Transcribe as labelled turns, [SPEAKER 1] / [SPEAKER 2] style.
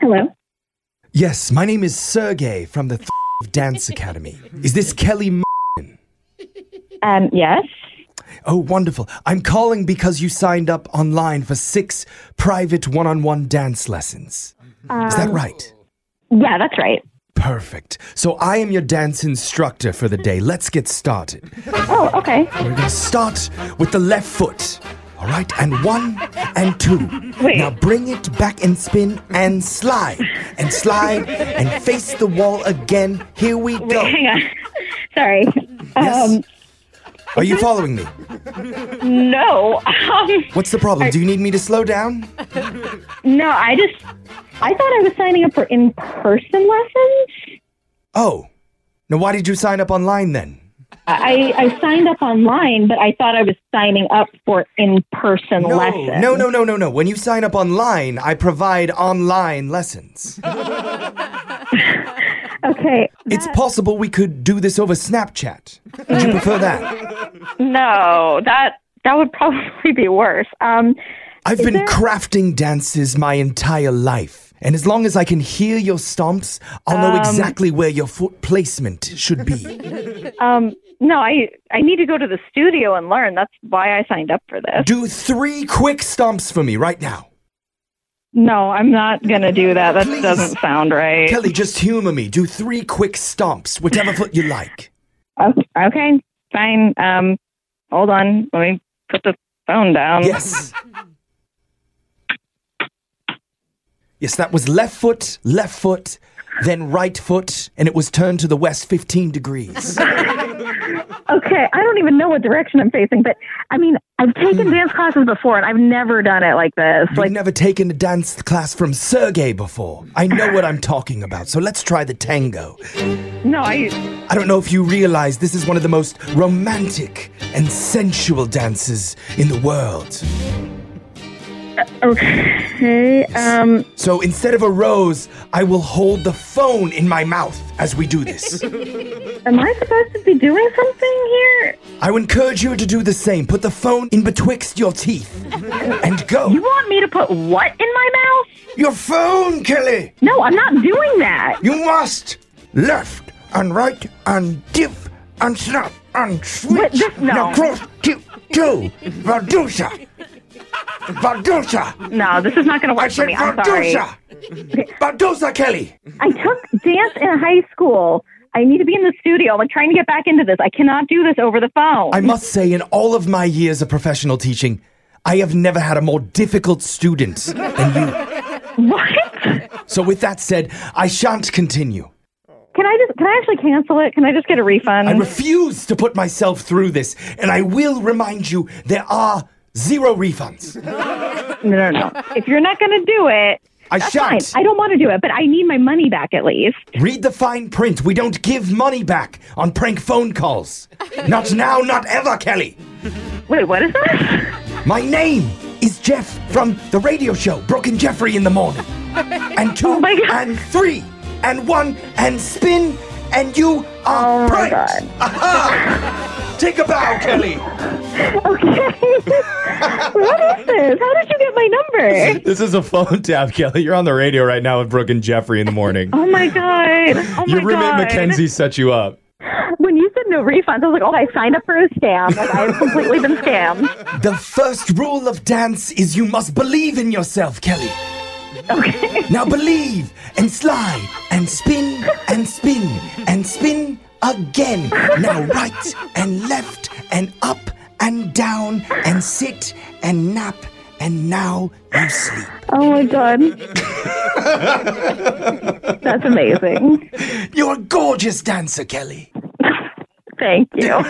[SPEAKER 1] Hello.
[SPEAKER 2] Yes, my name is Sergey from the Dance Academy. Is this Kelly?
[SPEAKER 1] Um, yes.
[SPEAKER 2] Oh, wonderful. I'm calling because you signed up online for six private one on one dance lessons. Is that
[SPEAKER 1] Um,
[SPEAKER 2] right?
[SPEAKER 1] Yeah, that's right.
[SPEAKER 2] Perfect. So I am your dance instructor for the day. Let's get started.
[SPEAKER 1] Oh, okay.
[SPEAKER 2] We're going to start with the left foot. All right, and one and two.
[SPEAKER 1] Wait.
[SPEAKER 2] Now bring it back and spin and slide and slide and face the wall again. Here we
[SPEAKER 1] Wait,
[SPEAKER 2] go.
[SPEAKER 1] hang on. Sorry.
[SPEAKER 2] Yes.
[SPEAKER 1] Um,
[SPEAKER 2] Are you following me?
[SPEAKER 1] no. Um,
[SPEAKER 2] What's the problem? Do you need me to slow down?
[SPEAKER 1] no, I just, I thought I was signing up for in person lessons.
[SPEAKER 2] Oh, now why did you sign up online then?
[SPEAKER 1] I, I signed up online, but I thought I was signing up for in person
[SPEAKER 2] No,
[SPEAKER 1] lessons.
[SPEAKER 2] no, no, no, no, no. When you sign up online, I provide online lessons.
[SPEAKER 1] Okay.
[SPEAKER 2] It's possible we could do this over Snapchat. Would you prefer that?
[SPEAKER 1] No, that, that would probably be worse. Um,
[SPEAKER 2] I've been crafting dances my entire life. And as long as I can hear your stomps, I'll know exactly where your foot placement should be.
[SPEAKER 1] um, no, I, I need to go to the studio and learn. That's why I signed up for this.
[SPEAKER 2] Do three quick stomps for me right now.
[SPEAKER 1] No, I'm not going to do that. That
[SPEAKER 2] Please.
[SPEAKER 1] doesn't sound right.
[SPEAKER 2] Kelly, just humor me. Do three quick stomps, whichever foot you like.
[SPEAKER 1] Okay, okay, fine. Um, hold on. Let me put the phone down.
[SPEAKER 2] Yes. Yes, that was left foot, left foot, then right foot, and it was turned to the west 15 degrees.
[SPEAKER 1] Okay, I don't even know what direction I'm facing, but I mean, I've taken
[SPEAKER 2] Hmm.
[SPEAKER 1] dance classes before and I've never done it like this.
[SPEAKER 2] You've never taken a dance class from Sergey before. I know what I'm talking about, so let's try the tango.
[SPEAKER 1] no, I.
[SPEAKER 2] I don't know if you realize this is one of the most romantic and sensual dances in the world.
[SPEAKER 1] Okay. Um,
[SPEAKER 2] So instead of a rose, I will hold the phone in my mouth as we do this.
[SPEAKER 1] am I supposed to be doing something here?
[SPEAKER 2] I would encourage you to do the same. Put the phone in betwixt your teeth and
[SPEAKER 1] You
[SPEAKER 2] go.
[SPEAKER 1] want me to put what in my mouth?
[SPEAKER 2] Your phone, Kelly!
[SPEAKER 1] No, I'm not doing that.
[SPEAKER 2] You must left and right and dip and snap and
[SPEAKER 1] But
[SPEAKER 2] switch.
[SPEAKER 1] this- no.
[SPEAKER 2] Now cross to two. Vadusa. Vadusa.
[SPEAKER 1] No, this is not going to
[SPEAKER 2] I
[SPEAKER 1] work for
[SPEAKER 2] said
[SPEAKER 1] me. I'm sorry.
[SPEAKER 2] Vadusa. Vadusa, Kelly.
[SPEAKER 1] I took dance in high school. I need to be in the studio. I'm like trying to get back into this. I cannot do this over the phone.
[SPEAKER 2] I must say, in all of my years of professional teaching, I have never had a more difficult student than you.
[SPEAKER 1] what?
[SPEAKER 2] So, with that said, I shan't continue.
[SPEAKER 1] Can I just can I actually cancel it? Can I just get a refund?
[SPEAKER 2] I refuse to put myself through this, and I will remind you there are zero refunds.
[SPEAKER 1] no, no, no. If you're not going to do it,
[SPEAKER 2] I
[SPEAKER 1] fine.
[SPEAKER 2] shan't.
[SPEAKER 1] I don't want to do it, but I need my money back at least.
[SPEAKER 2] Read the fine print. We don't give money back on prank phone calls. Not now, not ever, Kelly.
[SPEAKER 1] Wait, what is that?
[SPEAKER 2] My name is Jeff from the radio show Broken Jeffrey in the morning. And two,
[SPEAKER 1] Oh my God.
[SPEAKER 2] and three and one and spin and you
[SPEAKER 1] Oh,
[SPEAKER 2] are
[SPEAKER 1] my
[SPEAKER 2] pranked.
[SPEAKER 1] God.
[SPEAKER 2] Aha! Take a bow, Kelly.
[SPEAKER 1] Okay. what is this? How did you get my number?
[SPEAKER 3] This is a phone tap, Kelly. You're on the radio right now with Brooke and Jeffrey in the morning.
[SPEAKER 1] Oh my god. Oh
[SPEAKER 3] Your
[SPEAKER 1] my
[SPEAKER 3] roommate
[SPEAKER 1] god.
[SPEAKER 3] Mackenzie set you up.
[SPEAKER 1] When you said no refunds, I was like, "Oh, I signed up for a scam. Like, I've completely been scammed."
[SPEAKER 2] The first rule of dance is you must believe in yourself, Kelly.
[SPEAKER 1] Okay.
[SPEAKER 2] Now believe and slide and spin and spin and spin again. Now right and left and up and down and sit and nap and now you sleep.
[SPEAKER 1] Oh my god. That's amazing.
[SPEAKER 2] You're a gorgeous dancer, Kelly.
[SPEAKER 1] Thank you.